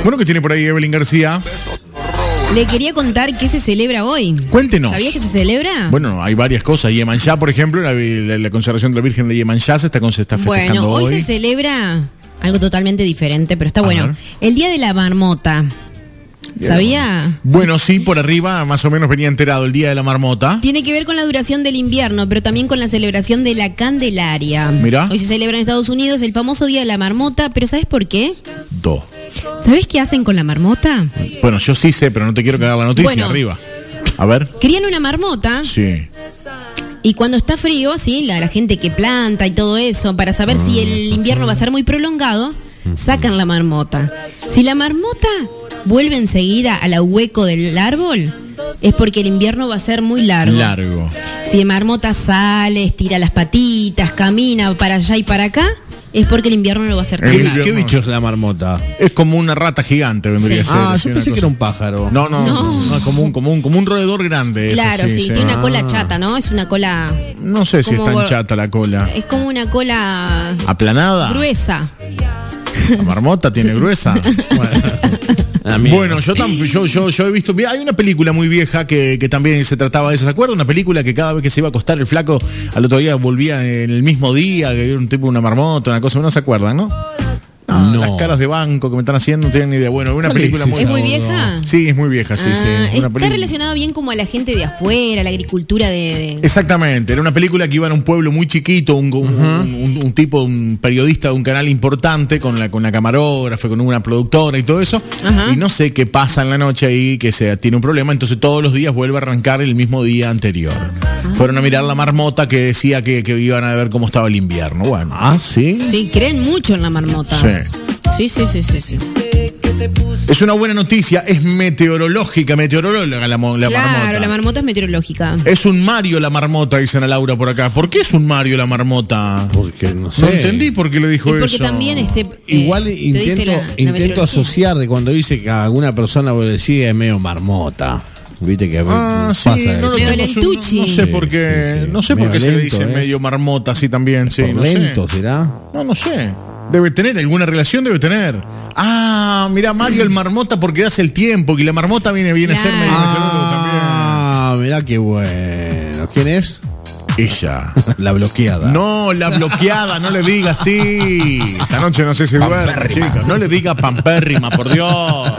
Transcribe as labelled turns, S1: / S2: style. S1: bueno que tiene por ahí Evelyn García.
S2: Le quería contar qué se celebra hoy.
S1: Cuéntenos.
S2: ¿Sabías que se celebra?
S1: Bueno, hay varias cosas. Yemanjá, por ejemplo, la, la- la consagración de la Virgen de Yemanjá se está, con- se está festejando
S2: Bueno, hoy,
S1: hoy.
S2: se celebra algo totalmente diferente, pero está
S1: A
S2: bueno.
S1: ver.
S2: El Día de la Marmota. ¿Sabía?
S1: Bueno, sí, por arriba más o menos venía enterado el Día de la Marmota.
S2: Tiene que ver con la duración del invierno, pero también con la celebración de la Candelaria.
S1: Mirá.
S2: Hoy se celebra en Estados Unidos el famoso Día de la Marmota, pero ¿sabes por qué?
S1: Dos.
S2: ¿Sabes qué hacen con la marmota?
S1: Bueno, yo sí sé, pero no te quiero cagar la noticia
S2: Bueno.
S1: arriba. A ver.
S2: Crían una marmota
S1: Sí.
S2: y cuando está frío, así, la, la gente que planta y todo eso, para saber si
S1: Mm.
S2: el invierno va a ser muy prolongado, sacan la marmota. Si la marmota vuelve enseguida a la hueco del árbol, es porque el invierno va a ser muy largo.
S1: Largo.
S2: Si la marmota sale, estira las patitas, camina para allá y para acá, es porque el invierno no va a ser tan
S1: El
S2: largo.
S1: invierno-
S3: ¿Qué bicho es la marmota?
S1: Es como una rata gigante, vendría
S2: Sí.
S1: a ser.
S3: Ah,
S1: sí,
S3: yo
S1: una
S3: pensé que
S1: cosa.
S3: era un pájaro.
S1: No, no,
S2: No.
S1: no, es como un, como un, como un roedor grande. eso,
S2: Claro, sí, tiene una
S1: Ah.
S2: cola chata, ¿no? Es una cola...
S1: No sé si es
S2: como
S1: tan
S2: gor-
S1: chata la cola.
S2: Es como una cola
S1: ¿Aplanada?
S2: gruesa.
S1: ¿La marmota tiene gruesa?
S3: Ah, mira.
S1: Bueno, yo, tam- yo, yo, yo he visto. mirá, Hay una película muy vieja que, que también se trataba de eso. ¿Se acuerdan? Una película que cada vez que se iba a acostar el flaco, al otro día volvía en el mismo día, que era un tipo, una marmota, una cosa. No se acuerdan, ¿no? Ah,
S3: No.
S1: Las caras de banco que me están haciendo no tienen ni idea. Bueno, una
S3: ¿Cuál es
S1: película
S3: esa?
S1: muy.
S2: ¿Es muy
S3: Gordo.
S2: vieja?
S1: Sí, es muy vieja, sí,
S2: Ah,
S1: sí. Una
S2: está
S1: película-
S2: relacionado bien como a la gente de afuera, la agricultura de... de-
S1: Exactamente, era una película que iba en un pueblo muy chiquito, un, un- un- un tipo, un periodista de un canal importante con la con una camarógrafa, con una productora y todo eso.
S2: Ajá.
S1: Y no sé qué pasa en la noche ahí, que se tiene un problema, entonces todos los días vuelve a arrancar el mismo día anterior. Fueron a mirar la marmota que decía que, que iban a ver cómo estaba el invierno. Bueno,
S3: Ah, sí.
S2: Sí, creen mucho en la marmota.
S1: Sí.
S2: Sí, sí, sí, sí, sí.
S1: es una buena noticia, es meteorológica, meteorológica la, mo- la
S2: claro,
S1: marmota.
S2: la marmota es meteorológica.
S1: es un Mario la marmota, dicen a Laura por acá. ¿Por qué es un Mario la marmota?
S3: Porque no sé.
S1: No entendí por qué le
S2: Y
S1: dijo
S2: porque
S1: eso.
S2: también este... eh,
S3: Igual
S2: te dice
S3: intento,
S2: la- la
S3: intento
S2: meteorología.
S3: asociar de cuando dice que a alguna persona vos le sigue es medio marmota. Viste que a veces
S1: Ah, sí,
S3: pasa
S1: no,
S3: eso.
S1: lo
S2: Medio
S1: tengo su- no-
S2: lentucci.
S1: no sé por qué,
S3: Sí, sí, sí.
S1: no sé por
S3: Medio
S1: qué se le
S3: lento,
S1: dice
S3: ¿eh?
S1: medio marmota así también, sí,
S3: Por
S1: no
S3: lento,
S1: sé.
S3: ¿será?
S1: No, no sé. Debe tener alguna relación debe tener. Ah, mira Mario el marmota porque hace el tiempo que la marmota viene viene a ser
S2: Claro.
S1: medio
S3: Ah, mirá qué bueno. ¿Quién es?
S1: Ella.
S3: La bloqueada.
S1: No, la bloqueada, no le diga así. Esta noche no sé si duerme, chicos. No le diga pampérrima, por Dios.